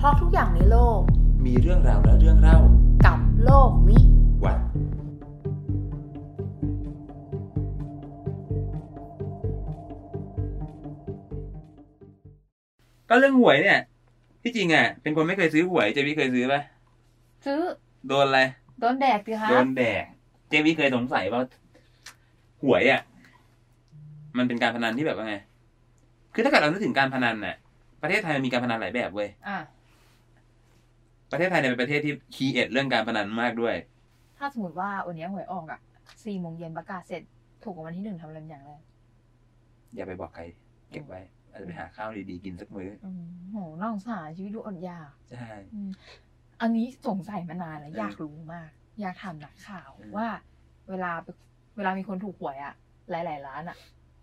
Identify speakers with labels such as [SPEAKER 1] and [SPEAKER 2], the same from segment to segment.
[SPEAKER 1] ราะทุกอย่างในโลก
[SPEAKER 2] มีเรื่องราวและเรื่องเล่า
[SPEAKER 1] กับโลกวิ
[SPEAKER 2] วัฒน์ก็เรื่องหวยเนี่ยที่จริงอ่ะ เป็นคนไม่เคยซื้อหวยเจมี่เคยซื้อปะ
[SPEAKER 1] ซื้อ
[SPEAKER 2] โดนอะไร
[SPEAKER 1] โดนแดกสิคะ
[SPEAKER 2] โดนแดกเจมี่เคยสงสัยว่าหวยอ่ะ มันเป็นการพนันที่แบบว่าไง คือถ้าเกิดเรานึกถึงการพนันน่ะ ประเทศไทยมันมีการพนันหลายแบบเว้ย
[SPEAKER 1] อ่ะ
[SPEAKER 2] ประเทศไทยเนี่ยเป็นประเทศที่คีเอทเรื่องการพนันมากด้วย
[SPEAKER 1] ถ้าสมมติว่าวันนี้หวยออกอ่ะสี่โมงเย็นประกาศเสร็จ ถูกรางวันที่หนึ่งทำอะไรอย่างแรก
[SPEAKER 2] อย่าไปบอกใคร เก็บไว้ อาจจะไปหาข้าวดีๆกินสักมื้อ
[SPEAKER 1] อืมโหน่าสงสารชีวิตดูอดอยาก
[SPEAKER 2] ใช่
[SPEAKER 1] อืมอันนี้สงสัยมานานแล้ว
[SPEAKER 2] เอออย
[SPEAKER 1] อากรู้มาก อยากถามนักข่าว
[SPEAKER 2] เออ
[SPEAKER 1] ว่า เวลาไปเวลามีคนถูกหวยอะหลาย ๆ ร้านอะ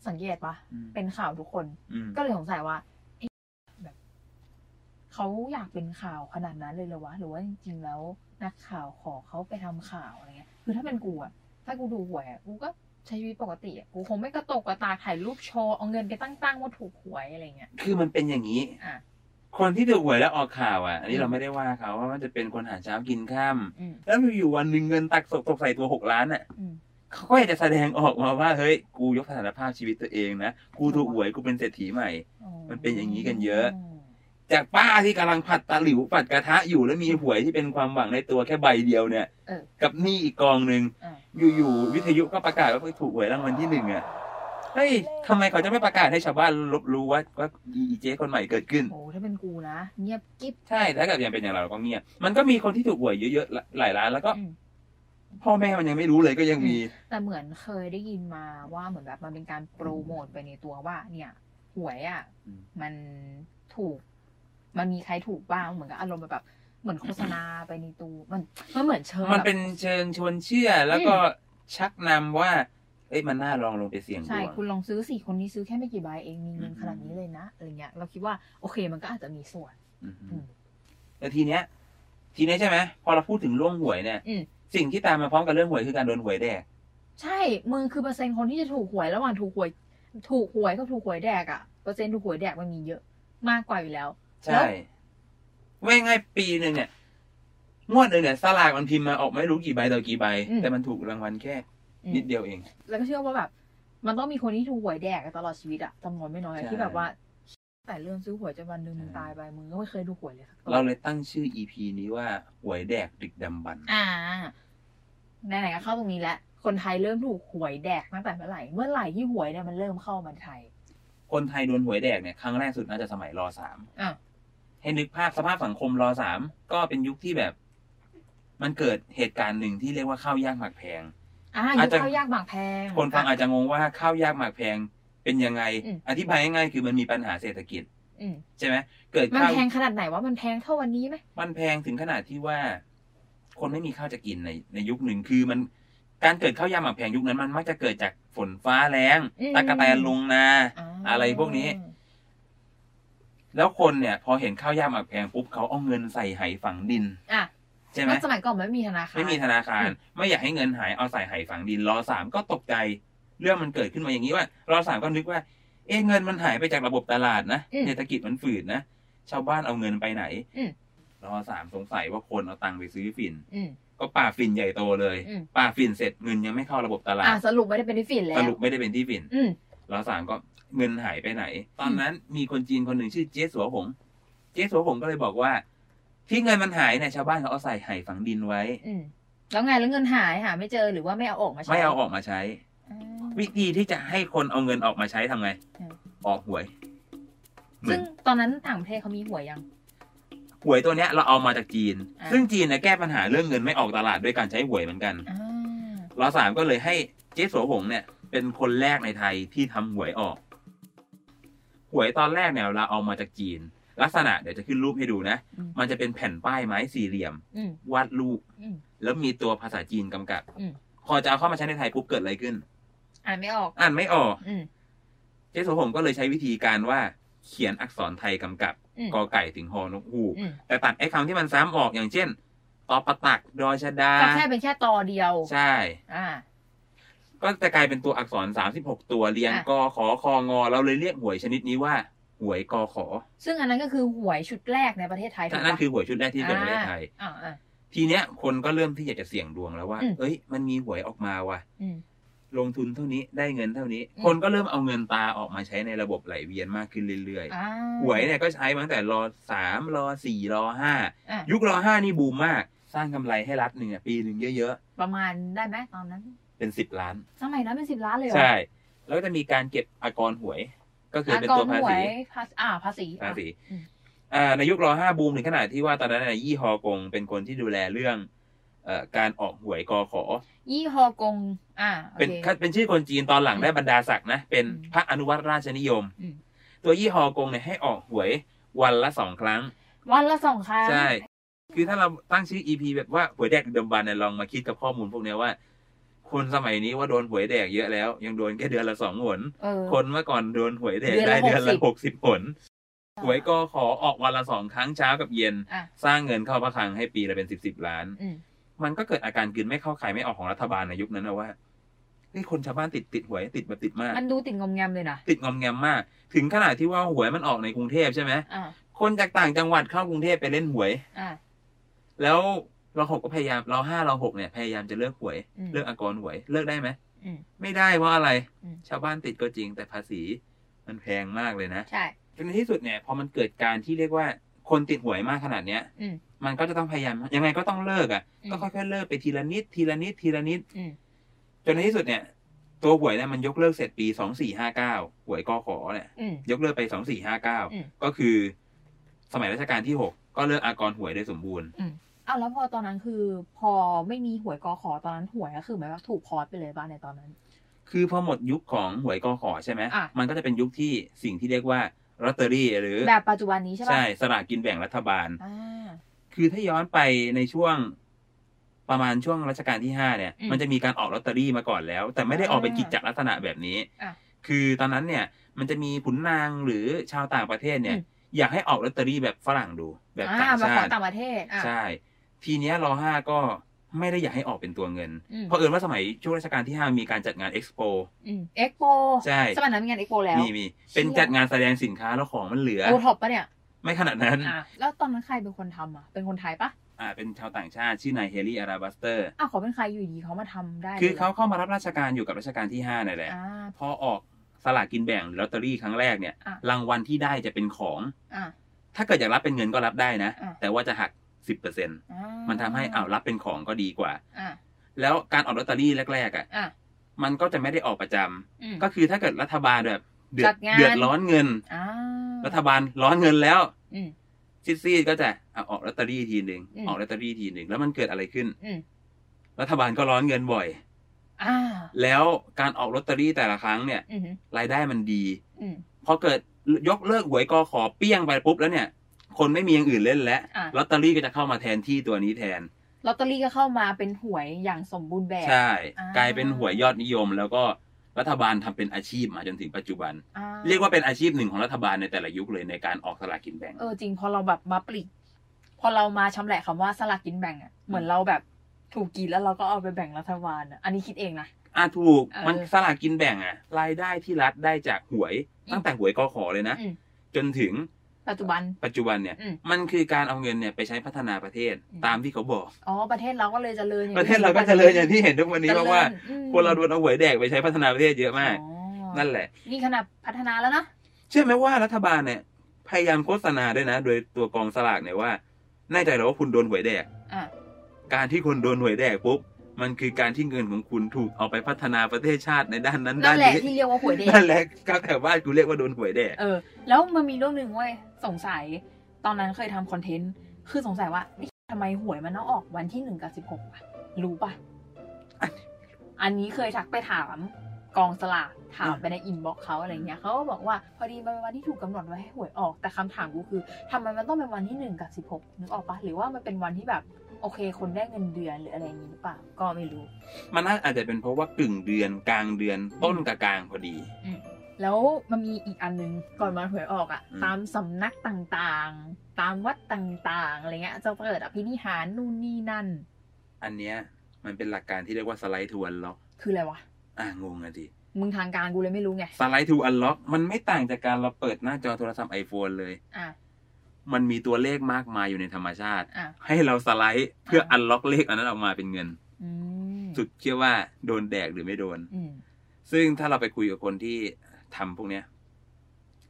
[SPEAKER 1] สังเกตปะ
[SPEAKER 2] อืม
[SPEAKER 1] เป็นข่าวทุกคน
[SPEAKER 2] อืม
[SPEAKER 1] ก็เลยสงสัยว่าเอ๊ะแบบเขาอยากเป็นข่าวขนาดนั้นเลยเหรอวะหรือว่าจริง ๆ แล้ว นักข่าวขอเขาไปทำข่าวอะไรเงี้ย คือถ้าเป็นกูอะถ้ากูดูหวยอะกูก็ใช้ชีวิตปกติอะกูคงไม่กระตกกระตากถ่ายรูปโชว์เอาเงินไปตั้งๆว่าถูกหวยอะไรเงี้ย
[SPEAKER 2] คือมันเป็นอย่างนี้
[SPEAKER 1] อ่ะ
[SPEAKER 2] คนที่ถูกหวยแล้วออกข่าวอ่ะ อันนี้
[SPEAKER 1] อืม
[SPEAKER 2] เราไม่ได้ว่าเขาว่ามันจะเป็นคนหาเช้ากินข้าม
[SPEAKER 1] อืม
[SPEAKER 2] แล้วอยู่ๆวันหนึ่งเงินตักตกตกใส่ตัวหกล้านอ่ะ
[SPEAKER 1] อืม
[SPEAKER 2] เขาก็อยากจะแสดงออกมาว่า เฮ้ย กูยกสถานภาพชีวิตตัวเองนะ กูถูกหวย กูเป็นเศรษฐีใหม่
[SPEAKER 1] อ๋อ
[SPEAKER 2] มันเป็นอย่างนี้กันเยอะ จากป้าที่กำลังผัดตะหลิวผัดกระทะอยู่แล้วมีหวยที่เป็นความหวังในตัวแค่ใบเดียวเนี่ย
[SPEAKER 1] เออ
[SPEAKER 2] กับหนี้อีกกองหนึ่ง
[SPEAKER 1] อ่ะ
[SPEAKER 2] อยู่ๆวิทยุก็ประกาศว่าถูกหวยรางวัลที่หนึ่งอ่ะ เฮ้ยทำไมเขาจะไม่ประกาศให้ชาวบ้านรับรู้ว่าว่าอีเจคนใหม่เกิดขึ้น
[SPEAKER 1] โอ้ถ้าเป็นกูนะ เงียบกิ๊บ
[SPEAKER 2] ใช่ถ้าเกิดยังเป็นอย่างเราก็เงียบมันก็มีคนที่ถูกหวยเยอะๆหลายล้านแล้วก็
[SPEAKER 1] อืม
[SPEAKER 2] พ่อแม่มันยังไม่รู้เลยก็ยังมี
[SPEAKER 1] แต่เหมือนเคยได้ยินมาว่าเหมือนแบบมันเป็นการโปรโมทไปในตัวว่า เนี่ย หวยอ่ะ มันถูก มันมีใครถูกบ้างเหมือนกับอารมณ์แบบ เหมือนโฆษณาไปในตัวมันมันเหมือนเชิญ
[SPEAKER 2] มัน
[SPEAKER 1] แบบ
[SPEAKER 2] เป็นเชิงชวนเชื่อแล้วก็ชักนำว่าเอ้ยมันน่าลองลงไปเสี่ยงด
[SPEAKER 1] ใช่
[SPEAKER 2] วง
[SPEAKER 1] คุณลองซื้อสี่คนนี้ซื้อแค่ไม่กี่ใบเองมีเงิน
[SPEAKER 2] อืม
[SPEAKER 1] ขนาดนี้เลยนะอะไรเงี้ยเราคิดว่าโอเคมันก็อาจจะมีส่วน
[SPEAKER 2] อืม
[SPEAKER 1] อืม
[SPEAKER 2] แต่ทีเนี้ย ทีเนี้ยใช่ไหมพอเราพูดถึงเรื่องหวยเนี่ย
[SPEAKER 1] อืม
[SPEAKER 2] สิ่งที่ตามมาพร้อมกับเรื่องหวยคือการโดนหวยแดก
[SPEAKER 1] ใช่มึงคือเปอร์เซ็นต์คนที่จะถูกหวยระหว่างถูกหวย ถูกหวยกับถูกหวยแดกอะเปอร์เซ็นต์ถูกหวยแดกมันมีเยอะมากกว่าอยู่แล้ว
[SPEAKER 2] ใช่ว่าง่ายๆปีหนึ่งเนี่ยงวดหนึ่งเนี่ยสลากมันพิมพ์มาออกไม่รู้กี่ใบต่อกี่ใบ
[SPEAKER 1] อืม
[SPEAKER 2] แต่มันถูกรางวัลแค่
[SPEAKER 1] อืม
[SPEAKER 2] นิดเดียวเอง
[SPEAKER 1] แล้วก็เชื่อว่าแบบ มันต้องมีคนที่ถูกหวยแดกกันตลอดชีวิตอะจำนวนไม่น้อยอะ
[SPEAKER 2] ใช่
[SPEAKER 1] ที่แบบว่า แต่เรื่องซื้อหวยจนวันหนึ่งมึงตายไปมึงก็ไม่เคยดูหวยเลยสักตัว
[SPEAKER 2] เราเลยตั้งชื่อ EP นี้ว่าหวยแดกดึกดำบรรพ์
[SPEAKER 1] อ่าไหนๆก็เข้าตรงนี้แล้วคนไทยเริ่มถูกหวยแดกตั้งแต่เมื่อไหร่เมื่อไหร่ที่หวยเนี่ยมันเริ่มเข้ามาไทย
[SPEAKER 2] คนไทยโดนหวยแดกเนี่ยครั้งแรกสุดน่าจะสมัยรสาม
[SPEAKER 1] อ่ะ
[SPEAKER 2] ให้นึกภาพสภาพสังคมรสามก็เป็นยุคที่แบบ มันเกิดเหตุการณ์หนึ่งที่เรียกว่าข้าวยากหมากแพง
[SPEAKER 1] อ่า
[SPEAKER 2] อา
[SPEAKER 1] ยุ
[SPEAKER 2] จจะ
[SPEAKER 1] เข้ายากบางแพง
[SPEAKER 2] คนฟังอาจจะงงว่าข้าวยากหมากแพงเป็นยังไง
[SPEAKER 1] อืม
[SPEAKER 2] อธิบายง่ายๆคือมันมีปัญหาเศรษฐกิจ
[SPEAKER 1] อืม
[SPEAKER 2] ใช่ไหมเกิด
[SPEAKER 1] มัน
[SPEAKER 2] ข้าว
[SPEAKER 1] แพงขนาดไหนว่ามันแพงเท่าวันนี้ไหม
[SPEAKER 2] มันแพงถึงขนาดที่ว่า คนไม่มีข้าวจะกินในในยุคหนึ่งคือมันการเกิดข้าวยากหมากแพงยุคนั้นมันมักจะเกิดจากฝนฟ้าแรงตะกะแตนลงนา
[SPEAKER 1] า
[SPEAKER 2] อะไรพวกนี้ แล้วคนเนี่ย พอเห็นข้าวยากหมากแพงปุ๊บเขาเอาเงินใส่ไหฝังดิน
[SPEAKER 1] อ่ะ
[SPEAKER 2] ใช่ไหม
[SPEAKER 1] แล้วสมัยก่อนมันไม่มีธนาคาร
[SPEAKER 2] ไม่มีธนาคาร
[SPEAKER 1] อืม
[SPEAKER 2] ไม่อยากให้เงินหายเอาใส่ไหฝังดินรอสามก็ตกใจ เรื่องมันเกิดขึ้นมาอย่างนี้ว่ารอสามก็นึกว่า เอ๊ะเงินมันหายไปจากระบบตลาดนะ
[SPEAKER 1] อืม
[SPEAKER 2] เศรษฐกิจมันฝืดนะชาวบ้านเอาเงินไปไหน
[SPEAKER 1] อืม
[SPEAKER 2] รอสามสงสัยว่าคนเอาตังค์ไปซื้อฝิ่น
[SPEAKER 1] อืม
[SPEAKER 2] ก็ป่าฝิ่นใหญ่โตเลย
[SPEAKER 1] อืม
[SPEAKER 2] ป่าฝิ่นเสร็จเงินยังไม่เข้าระบบตลา
[SPEAKER 1] อ่ะ
[SPEAKER 2] ด
[SPEAKER 1] สรุปไม่ได้เป็นที่ฟินแล้
[SPEAKER 2] ส
[SPEAKER 1] ว
[SPEAKER 2] รุปไม่ได้เป็นที่ฝิ่น
[SPEAKER 1] อืม
[SPEAKER 2] รอสามก็เงินหายไปไหน ตอนนั้นมีคนจีนคนหนึ่งชื่อเจ๊สัวหง เจ๊สัวหงก็เลยบอกว่า ที่เงินมันหายเนี่ยชาวบ้านเขาเอาใส่ไหฝังดินไว้
[SPEAKER 1] อืมแล้วไงแล้วเงินหายหาไม่เจอหรือว่าไม่เอาออกมาใช้
[SPEAKER 2] ไม่เอาออกมาใช้
[SPEAKER 1] อ่า
[SPEAKER 2] วิธีที่จะให้คนเอาเงินออกมาใช้ทำไง
[SPEAKER 1] อืม
[SPEAKER 2] ออกหวย เหมื
[SPEAKER 1] ซึ่
[SPEAKER 2] อน
[SPEAKER 1] งตอนนั้นต่างประเทศเขามีหวยยัง
[SPEAKER 2] หวยตัวเนี้ยเราเอามาจากจีน
[SPEAKER 1] อ่า
[SPEAKER 2] ซึ่งจีนเนี่ยแก้ปัญหาเรื่องเงินไม่ออกตลาดด้วยการใช้หวยเหมือนกัน
[SPEAKER 1] อ่าร
[SPEAKER 2] อสามก็เลยให้เจ๊สัวหงเนี่ย เป็นคนแรกในไทยที่ทำหวยออก หวยตอนแรกเนี่ยเราเอามาจากจีน ลักษณะเดี๋ยวจะขึ้นรูปให้ดูนะ
[SPEAKER 1] อืม
[SPEAKER 2] มันจะเป็นแผ่นป้ายไม้สี่เหลี่ยม
[SPEAKER 1] อืม
[SPEAKER 2] วาดรูป
[SPEAKER 1] อืม
[SPEAKER 2] แล้วมีตัวภาษาจีนกำกับ
[SPEAKER 1] อืม
[SPEAKER 2] พอจะเอาเข้ามาใช้ในไทยปุ๊บเกิดอะไรขึ้น
[SPEAKER 1] อ่านไม่ออก
[SPEAKER 2] อ่านไม่ออก
[SPEAKER 1] อืม
[SPEAKER 2] เจ๊โสผมก็เลยใช้วิธีการว่าเขียนอักษรไทยกำกับ
[SPEAKER 1] อืม
[SPEAKER 2] กอไก่ถึงฮอนกฮูก
[SPEAKER 1] อืม
[SPEAKER 2] แต่ตัดไอ้คำที่มันซ้ำออกอย่างเช่นตอปะตักดอชะดา
[SPEAKER 1] ก็แค่เป็นแค่ตอเดียว
[SPEAKER 2] ใช่
[SPEAKER 1] อ่า
[SPEAKER 2] ก็จะกลายเป็นตัวอักษร 36 ตัวเรียง
[SPEAKER 1] อ่ะ
[SPEAKER 2] กอขอคองอเราเลยเรียกหวยชนิดนี้ว่า หวยกอขอ
[SPEAKER 1] ซึ่งอันนั้นก็คือหวยชุดแรกในประเทศไทยถูก
[SPEAKER 2] นั่น
[SPEAKER 1] ปะ
[SPEAKER 2] คือหวยชุดแรกที่เกิดในประเทศไทย
[SPEAKER 1] อ่าอ่า
[SPEAKER 2] ทีเนี้ยคนก็เริ่มที่อยากจะเสี่ยงดวงแล้วว่า
[SPEAKER 1] อืม
[SPEAKER 2] เอ้ย มันมีหวยออกมาว่ะ
[SPEAKER 1] อืม
[SPEAKER 2] ลงทุนเท่านี้ได้เงินเท่านี้
[SPEAKER 1] อืม
[SPEAKER 2] คนก็เริ่มเอาเงินตาออกมาใช้ในระบบไหลเวียนมากขึ้นเรื่อย
[SPEAKER 1] อ่า
[SPEAKER 2] ๆ หวยเนี่ยก็ใช้มาตั้งแต่รอสามรอสี่รอห้า
[SPEAKER 1] อ่ะ
[SPEAKER 2] ยุครอห้านี่บูมมาก สร้างกำไรให้รัฐหนึ่งอะปีหนึ่งเยอะ
[SPEAKER 1] ประมาณได้ไหมตอนนั้น
[SPEAKER 2] ๆ เป็นสิบล้าน
[SPEAKER 1] สมัยนั้นเป็นสิบล้านเลยเหรอ
[SPEAKER 2] ใช่ แล้วก็จะมีการเก็บอากรหวย ก็คือเป็น
[SPEAKER 1] ก
[SPEAKER 2] ตัว
[SPEAKER 1] ห
[SPEAKER 2] ภา
[SPEAKER 1] วย
[SPEAKER 2] ษี
[SPEAKER 1] ภาษีอ่าภาษี
[SPEAKER 2] ภาษี
[SPEAKER 1] อืม
[SPEAKER 2] อ่าในยุครอห้าบูมถึงขนาดที่ว่าตอนนั้นน่ะยี่ฮอกงเป็นคนที่ดูแลเรื่องเอ่อการออกหวยกอขอ
[SPEAKER 1] ยี่ฮอกง อ่าโอ
[SPEAKER 2] เป็น
[SPEAKER 1] เค
[SPEAKER 2] เป็นชื่อคนจีนตอนหลัง
[SPEAKER 1] อืม
[SPEAKER 2] ได้บรรดาศักดิ์นะ เป็น
[SPEAKER 1] อืม
[SPEAKER 2] พระอนุวัตรราชนิยม
[SPEAKER 1] อืม
[SPEAKER 2] ตัวยี่หอกงเนี่ยให้ออกหวยวันละสองครั้ง
[SPEAKER 1] วันละสองครั้ง
[SPEAKER 2] ใช่ คือถ้าเราตั้งชื่อ EP แบบว่าหวยแดกเดิมบันเนี่ยลองมาคิดกับข้อมูลพวกเนี้ยว่า คนสมัยนี้ว่าโดนหวยแดกเยอะแล้ว ยังโดนแค่เดือนละสองหน
[SPEAKER 1] เออ
[SPEAKER 2] คนเมื่อก่อนโดนหวยแดกได้
[SPEAKER 1] เดื
[SPEAKER 2] เดื
[SPEAKER 1] อ
[SPEAKER 2] อน น
[SPEAKER 1] ละ
[SPEAKER 2] ละหกสิบหนหวยก็ขอออกวันละสองครั้งเช้ากับเย็น
[SPEAKER 1] อ่ะ
[SPEAKER 2] สร้างเงินเข้าพระคลังให้ปีละเป็นสิบสิบล้าน
[SPEAKER 1] อืม
[SPEAKER 2] มันก็เกิดอาการกินไม่เข้าขายไม่ออกของรัฐบาลในยุคนั้นนะว่าเฮ้ยคนชาวบ้านติดติดหวยติดแบบติดมาก
[SPEAKER 1] มันดูติดงอมแงมเลยนะ
[SPEAKER 2] ติดงอมแงมมาก ถึงขนาดที่ว่าหวยมันออกในกรุงเทพใช่ไหม
[SPEAKER 1] อ่า
[SPEAKER 2] คนจากต่างจังหวัดเข้ากรุงเทพไปเล่นหวย
[SPEAKER 1] อ่า
[SPEAKER 2] แล้วเราหกก็พยายามเราห้าเราหกเนี่ยพยายามจะเลิกหวย
[SPEAKER 1] อืม
[SPEAKER 2] เลิกอากรหวยเลิกได้ไหม
[SPEAKER 1] อืม
[SPEAKER 2] ไม่ได้เพราะอะไร
[SPEAKER 1] อืม
[SPEAKER 2] ชาวบ้านติดก็จริงแต่ภาษีมันแพงมากเลยนะ
[SPEAKER 1] ใช่
[SPEAKER 2] จนในที่สุดเนี่ยพอมันเกิดการที่เรียกว่าคนติดหวยมากขนาดเนี้ย
[SPEAKER 1] อืม
[SPEAKER 2] มันก็จะต้องพยายามยังไงก็ต้องเลิกอ่ะ
[SPEAKER 1] อืม
[SPEAKER 2] ก็ค่อยๆเลิกไปทีละนิดทีละนิดทีละนิด
[SPEAKER 1] อืม
[SPEAKER 2] จนในที่สุดเนี่ย ตัวหวยเนี่ยมันยกเลิกเสร็จปีสองสี่ห้าเก้าหวยกอขอเนี่ย
[SPEAKER 1] อืม
[SPEAKER 2] ยกเลิกไปสองสี่ห้าเก้า
[SPEAKER 1] อืม
[SPEAKER 2] ก็คือสมัยรัชกาลที่หกก็เลิกอากรหวยโดยสมบูรณ์
[SPEAKER 1] เอาแล้วพอตอนนั้นคือ พอไม่มีหวยกอขอตอนนั้นหวยก็คือหมายว่าถูกคอร์สไปเลยบ้านในตอนนั้น
[SPEAKER 2] คือพอหมดยุคของหวยกอขอใช่ไหม
[SPEAKER 1] อ่ะ
[SPEAKER 2] มันก็จะเป็นยุคที่สิ่งที่เรียกว่าลอตเตอรี่หรือ
[SPEAKER 1] แบบปัจจุบันนี้ใช่ปะ
[SPEAKER 2] ใช่สลากกินแบ่งรัฐบาล
[SPEAKER 1] อ่า
[SPEAKER 2] คือถ้าย้อนไปในช่วงประมาณช่วงรัชกาลที่ห้าเนี่ย
[SPEAKER 1] อืม
[SPEAKER 2] มันจะมีการออกลอตเตอรี่มาก่อนแล้ว แต่ไม่ได้ออกเป็นกิจจลักษณะแบบนี้
[SPEAKER 1] อ่ะ
[SPEAKER 2] คือตอนนั้นเนี่ย มันจะมีขุนนางหรือชาวต่างประเทศเนี่ย
[SPEAKER 1] อืม
[SPEAKER 2] อยากให้ออกลอตเตอรี่แบบฝรั่งดู แบบ
[SPEAKER 1] อ่า
[SPEAKER 2] ต่าง
[SPEAKER 1] มาข
[SPEAKER 2] ชา
[SPEAKER 1] อ
[SPEAKER 2] ติ
[SPEAKER 1] ต่างประเทศอ่า
[SPEAKER 2] ใช่ ทีเนี้ยรอห้าก็ไม่ได้อยากให้ออกเป็นตัวเงิน
[SPEAKER 1] อืม
[SPEAKER 2] เพราะเอิญว่าสมัยช่วงรัชกาลที่ห้ามีการจัดงานเอ็กซ์โป
[SPEAKER 1] อืมเอ็กโป
[SPEAKER 2] ใช่
[SPEAKER 1] สมัยนั้นมีงานเอ็กโปแล้ว
[SPEAKER 2] มีมีเป็นจัดงานแสดงสินค้าแล้วของมันเหลือ
[SPEAKER 1] โอท็อปปะเนี่ย
[SPEAKER 2] ไม่ขนาดนั้น
[SPEAKER 1] อ่ะแล้วตอนนั้นใครเป็นคนทำอ่ะ เป็นคนไทยปะ
[SPEAKER 2] อ่า เป็นชาวต่างชาติ ชื่อนายเฮลี่อาราบัสเตอร์
[SPEAKER 1] อ้าวเขาเป็นใครอยู่ดีเขามาทำได้ลย
[SPEAKER 2] คือเขาเข้ามารับราชการอยู่กับรัชการที่ห้านั่นแหละ
[SPEAKER 1] อ่า
[SPEAKER 2] พอออกสลากกินแบ่งหรือลอตเตอรี่ครั้งแรกเนี่ย
[SPEAKER 1] อ่ะ
[SPEAKER 2] รางวัลที่ได้จะเป็นของ
[SPEAKER 1] อ่า
[SPEAKER 2] ถ้าเกิดอยากรับเป็นเงินก็รับได้นะ
[SPEAKER 1] อ่ะ
[SPEAKER 2] แต่ว่าจะหัก 10%
[SPEAKER 1] อ่า
[SPEAKER 2] มันทำให้อ้าวรับเป็นของก็ดีกว่า
[SPEAKER 1] อ่า
[SPEAKER 2] แล้วการออกลอตเตอรี่แรกๆอ่ะ
[SPEAKER 1] อ่า
[SPEAKER 2] มันก็จะไม่ได้ออกประจำ
[SPEAKER 1] อืม
[SPEAKER 2] ก็คือถ้าเกิดรัฐบาลแบบเดือ
[SPEAKER 1] จั
[SPEAKER 2] ด
[SPEAKER 1] ดงาน
[SPEAKER 2] เดือดร้อนเงิน
[SPEAKER 1] อ่า
[SPEAKER 2] รัฐบาลร้อนเงินแล้ว
[SPEAKER 1] อืม
[SPEAKER 2] ซิดซีดก็จะเอาออกลอตเตอรี่ทีหนึ่ง
[SPEAKER 1] อืม
[SPEAKER 2] ออกลอตเตอรี่ทีหนึ่งแล้วมันเกิดอะไรขึ้น
[SPEAKER 1] อืม
[SPEAKER 2] รัฐบาลก็ร้อนเงินบ่อย
[SPEAKER 1] อ่า
[SPEAKER 2] แล้วการออกลอตเตอรี่แต่ละครั้งเนี่ย
[SPEAKER 1] อืม
[SPEAKER 2] รายได้มันดี
[SPEAKER 1] อืม
[SPEAKER 2] พอเกิดยกเลิกหวยกอขอเปี้ยงไปปุ๊บแล้วเนี่ย คนไม่มีอย่างอื่นเล่นแล้ว
[SPEAKER 1] อ่ะ
[SPEAKER 2] ลอตเตอรี่ก็จะเข้ามาแทนที่ตัวนี้แทน
[SPEAKER 1] ลอตเตอรี่ก็เข้ามาเป็นหวยอย่างสมบูรณ์แบบ
[SPEAKER 2] ใช่
[SPEAKER 1] อ่าก
[SPEAKER 2] กลายเป็นหวยยอดนิยม แล้วก็รัฐบาลทำเป็นอาชีพมาจนถึงปัจจุบัน
[SPEAKER 1] อ่
[SPEAKER 2] เรียกว่าเป็นอาชีพหนึ่งของรัฐบาลในแต่ละยุคเลยในการออกสลากกินแบ่ง
[SPEAKER 1] เออจริงพอเราแบบมาปลิก พอเรามาชำแหละคำว่าสลากกินแบ่งอ่ะเหมือนเราแบบถูกกินแล้วเราก็เอาไปแบ่งรัฐบาลอะอันนี้คิดเองนะ
[SPEAKER 2] อ่ะถูก
[SPEAKER 1] เออ
[SPEAKER 2] มันสลากกินแบ่งอะรายได้ที่รัฐได้จากหวยตั้งแต่หวยกอขอเลยนะ
[SPEAKER 1] อืม
[SPEAKER 2] จนถึง
[SPEAKER 1] ปัจจุบัน
[SPEAKER 2] ปัจจุบันเนี่ย
[SPEAKER 1] อืม
[SPEAKER 2] มันคือการเอาเงินเนี่ยไปใช้พัฒนาประเทศ
[SPEAKER 1] อืม
[SPEAKER 2] ตามที่เขาบอก
[SPEAKER 1] อ๋อประเทศเราก็เลยเจริญอย่ง
[SPEAKER 2] ประ
[SPEAKER 1] ที่
[SPEAKER 2] เทศเราก็เจริญอย่างที่เห็นทุกวันนี้
[SPEAKER 1] เจ
[SPEAKER 2] เพ
[SPEAKER 1] ริญ
[SPEAKER 2] ราะว่า
[SPEAKER 1] อืม
[SPEAKER 2] คนเราโดนเอาหวยแดกไปใช้พัฒนาประเทศเยอะมาก
[SPEAKER 1] อ๋อ
[SPEAKER 2] นั่นแหละ
[SPEAKER 1] นี่ขนาดพัฒนาแล้วนะ
[SPEAKER 2] เชื่อไหมว่ารัฐบาลเนี่ย พยายามโฆษณาด้วยนะ โดยตัวกองสลากเนี่ยว่าแน่ใจเหรอว่าคุณโดนหวยแดก
[SPEAKER 1] อ่ะ
[SPEAKER 2] การที่คนโดนหวยแดกปุ๊บมันคือการที่เงินของคุณถูกเอาไปพัฒนาประเทศชาติในด้านนั้น
[SPEAKER 1] นั่
[SPEAKER 2] ด้าน น
[SPEAKER 1] แหละ
[SPEAKER 2] นี้
[SPEAKER 1] ที่เรียกว่าหวยเด็ก
[SPEAKER 2] นั่นแหละก็แต่ว่ากูเรียกว่าโดนหวยแดก
[SPEAKER 1] เออแล้วมันมีเรื่องหนึ่งเว้ยสงสัยตอนนั้นเคยทำคอนเทนต์คือสงสัยว่าเอ๊ะทำไมหวยมันต้องออกวันที่หนึ่งกับสิบหกอะรู้ปะ
[SPEAKER 2] อันนี้
[SPEAKER 1] อันนี้เคยทักไปถามกองสลากถามไปในอินบ็อกซ์เขาอะไรเงี้ยเขาก็บอกว่าพอดีมันเป็นวันที่ถูกกำหนดไว้ให้หวยออกแต่คำถามกูคือทำไมมันต้องเป็นวันที่หนึ่งกับสิบหกนึกออกปะหรือว่ามันเป็นวันที่แบบโอเค คนได้เงินเดือนหรืออะไรอย่างงี้หรือเปล่าก็ไม่รู้
[SPEAKER 2] มันน่าอาจจะเป็นเพราะว่ากึ่งเดือนกลางเดือนต้นกับกลางพอดี
[SPEAKER 1] แล้วมันมีอีกอันนึงก่อนวันหวยออกอะ่ะ
[SPEAKER 2] อืม
[SPEAKER 1] ตามสำนักต่างๆ ตามวัดต่างๆอะไรเงี้ยจะเปิดอภินิหารนู่นนี่นั่น
[SPEAKER 2] อันเนี้ยมันเป็นหลักการที่เรียกว่าสไลด์ทวนล็อก
[SPEAKER 1] คืออะไรวะ
[SPEAKER 2] อ่ะงงอ่ะดิ
[SPEAKER 1] มึงทางการกูเลยไม่รู้ไง
[SPEAKER 2] สไลด์ทูอันล็อกมันไม่ต่างจากการเราเปิดหน้าจอโทรศัพท์ iPhone เลย
[SPEAKER 1] อ่ะ
[SPEAKER 2] มันมีตัวเลขมากมายอยู่ในธรรมชาติ
[SPEAKER 1] อ่ะ
[SPEAKER 2] ให้เราสไลด์เพื่ออันล็อกเลขอันนั้นออกมาเป็นเงิน
[SPEAKER 1] อืม
[SPEAKER 2] สุดเชื่อว่าโดนแดกหรือไม่โดน
[SPEAKER 1] อืม
[SPEAKER 2] ซึ่งถ้าเราไปคุยกับคนที่ทำพวกเนี้ย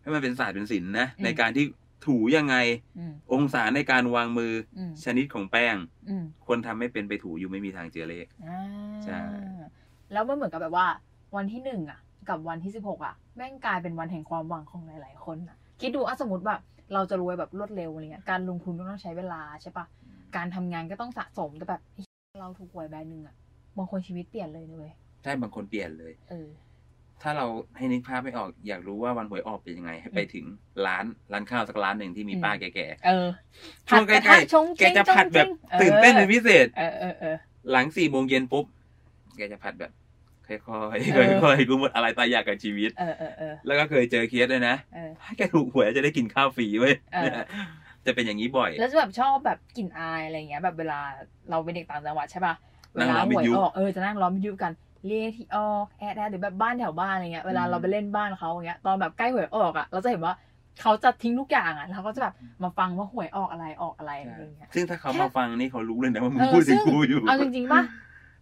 [SPEAKER 2] ให้มันเป็นศาสตร์เป็นศิลป์นะ
[SPEAKER 1] อืม
[SPEAKER 2] ในการที่ถูยังไง
[SPEAKER 1] อืม
[SPEAKER 2] องศาในการวางมือ
[SPEAKER 1] อืม
[SPEAKER 2] ชนิดของแป้ง
[SPEAKER 1] อืม
[SPEAKER 2] คนทำไม่เป็นไปถูอยู่ไม่มีทางเจอเลข
[SPEAKER 1] อ่า
[SPEAKER 2] ใช่
[SPEAKER 1] แล้วมันเหมือนกับแบบว่า วันที่หนึ่งอ่ะ กับวันที่สิบหกอ่ะแม่งกลายเป็นวันแห่งความหวังของหลาย ๆ คนอ่ะ คิดดูอ่ะสมมติแบบเราจะรวยแบบรวดเร็วอะไรเงี้ยการลงทุนก็ต้องใช้เวลาใช่ปะการทำงานก็ต้องสะสมแต่แบบไอ้เหี้ยเราถูกหวยใบหนึ่งอ่ะบางคนชีวิตเปลี่ยนเลยนะเว้ย
[SPEAKER 2] ใช่บางคนเปลี่ยนเลย
[SPEAKER 1] เออ
[SPEAKER 2] ถ้าเราให้นึกภาพไม่ออกอยากรู้ว่าวันหวยออกเป็นยังไง ให้ไปถึงร้านร้านข้าวสักร้านหนึ่งที่มี
[SPEAKER 1] อืม
[SPEAKER 2] ป้าแก่
[SPEAKER 1] เออ
[SPEAKER 2] ๆช่วงใกล้
[SPEAKER 1] ชง
[SPEAKER 2] ๆแกจะผัดแบบตื่นเต้นเป็นพิเศษ
[SPEAKER 1] เออเออเออ
[SPEAKER 2] หลังสี่โมงเย็นปุ๊บแกจะผัดแบบค่อยๆ
[SPEAKER 1] เออ
[SPEAKER 2] ค่อยๆกูหมดอะไรตายอยากกับชีวิต
[SPEAKER 1] เออเออเออ
[SPEAKER 2] แล้วก็เคยเจอเคสด้วยนะ
[SPEAKER 1] เออ
[SPEAKER 2] ถ้าแกถูกหวยจะได้กินข้าวฟรีเว้ย
[SPEAKER 1] เออ
[SPEAKER 2] จะเป็นอย่างนี้บ่อย
[SPEAKER 1] แล้วจะแบบชอบแบบกลิ่นอายอะไรเงี้ยแบบเวลาเราเป็นเด็กต่างจังหวัดใช่ปะเว
[SPEAKER 2] นั่ง
[SPEAKER 1] ลา
[SPEAKER 2] ล้อม
[SPEAKER 1] ห
[SPEAKER 2] วิท
[SPEAKER 1] วย
[SPEAKER 2] ยุ
[SPEAKER 1] ออกเออจะนั่งล้อมวิทยุกันเรียกที่ออกแอดแอดหรือแบบบ้านแถวบ้านอะไรเงี้ยเวลาเราไปเล่นบ้านเขาอย่างเงี้ยตอนแบบใกล้หวยออกอ่ะเราจะเห็นว่าเขาจะทิ้งทุกอย่างอ่ะแล้วเขาจะแบบมาฟังว่าหวยออกอะไรออกอะไรอะไรเงี้ย
[SPEAKER 2] ซึ่งถ้าเขา
[SPEAKER 1] แค่
[SPEAKER 2] มาฟังนี่เขารู้เลยนะว่ามึง
[SPEAKER 1] เออ
[SPEAKER 2] พูดถึ
[SPEAKER 1] ซึ่
[SPEAKER 2] ง
[SPEAKER 1] ง
[SPEAKER 2] กูอยู่
[SPEAKER 1] เอาจริงๆป่ะ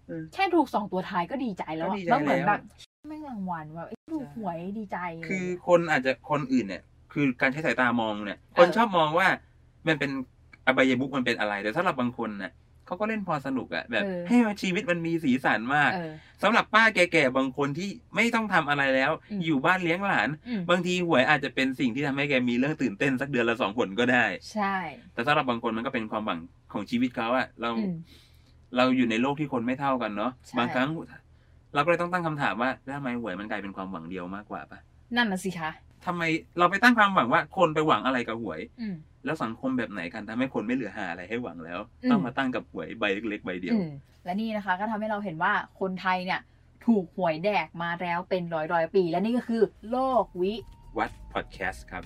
[SPEAKER 2] เออ
[SPEAKER 1] แค่ถูกสองตัวท้ายก็ดีใจแล้ว
[SPEAKER 2] ก็
[SPEAKER 1] อะ
[SPEAKER 2] ดีใจ
[SPEAKER 1] แล้วเหมือน
[SPEAKER 2] แล้
[SPEAKER 1] แบ
[SPEAKER 2] ว
[SPEAKER 1] บแม่งรางวัลว่าเอ้ยถูกหวยดีใจะไร
[SPEAKER 2] คือ
[SPEAKER 1] เงี้ย
[SPEAKER 2] คนอาจจะคนอื่นเนี่ย คือการใช้สายตามองเนี่ย คน
[SPEAKER 1] เออ
[SPEAKER 2] ชอบมองว่ามันเป็นอบายมุกมันเป็นอะไร แต่สำหรับบางคนน่ะเขาก็เล่นพอสนุกอะแบบให้มันชีวิตมันมีสีสันมาก
[SPEAKER 1] เออ
[SPEAKER 2] สำหรับป้าแก่ๆบางคนที่ไม่ต้องทำอะไรแล้ว
[SPEAKER 1] อืม
[SPEAKER 2] อยู่บ้านเลี้ยงหลาน
[SPEAKER 1] อืม
[SPEAKER 2] บางทีหวยอาจจะเป็นสิ่งที่ทำให้แกมีเรื่องตื่นเต้นสักเดือนละสองผลก็ได้
[SPEAKER 1] ใช่
[SPEAKER 2] แต่สำหรับบางคนมันก็เป็นความหวังของชีวิตเขาอะเรา
[SPEAKER 1] อืม
[SPEAKER 2] เราอยู่ในโลกที่คนไม่เท่ากันเนาะ
[SPEAKER 1] ใช่
[SPEAKER 2] บางครั้ง เราก็เลยต้องตั้งคำถามว่าแล้วทำไมหวยมันกลายเป็นความหวังเดียวมากกว่าปะ
[SPEAKER 1] นั่นน่ะสิคะ
[SPEAKER 2] ทำไมเราไปตั้งความหวังว่าคนไปหวังอะไรกับหวย
[SPEAKER 1] อืม
[SPEAKER 2] แล้วสังคมแบบไหนกันทำให้คนไม่เหลือหาอะไรให้หวังแล้ว
[SPEAKER 1] อืม
[SPEAKER 2] ต้องมาตั้งกับหวยใบเล็กๆใบเดียว
[SPEAKER 1] อืมและนี่นะคะก็ทำให้เราเห็นว่าคนไทยเนี่ยถูกหวยแดกมาแล้วเป็นร้อยร้อยๆปี และนี่ก็คือโลกวิ
[SPEAKER 2] วัดพอดแคสต์ครับ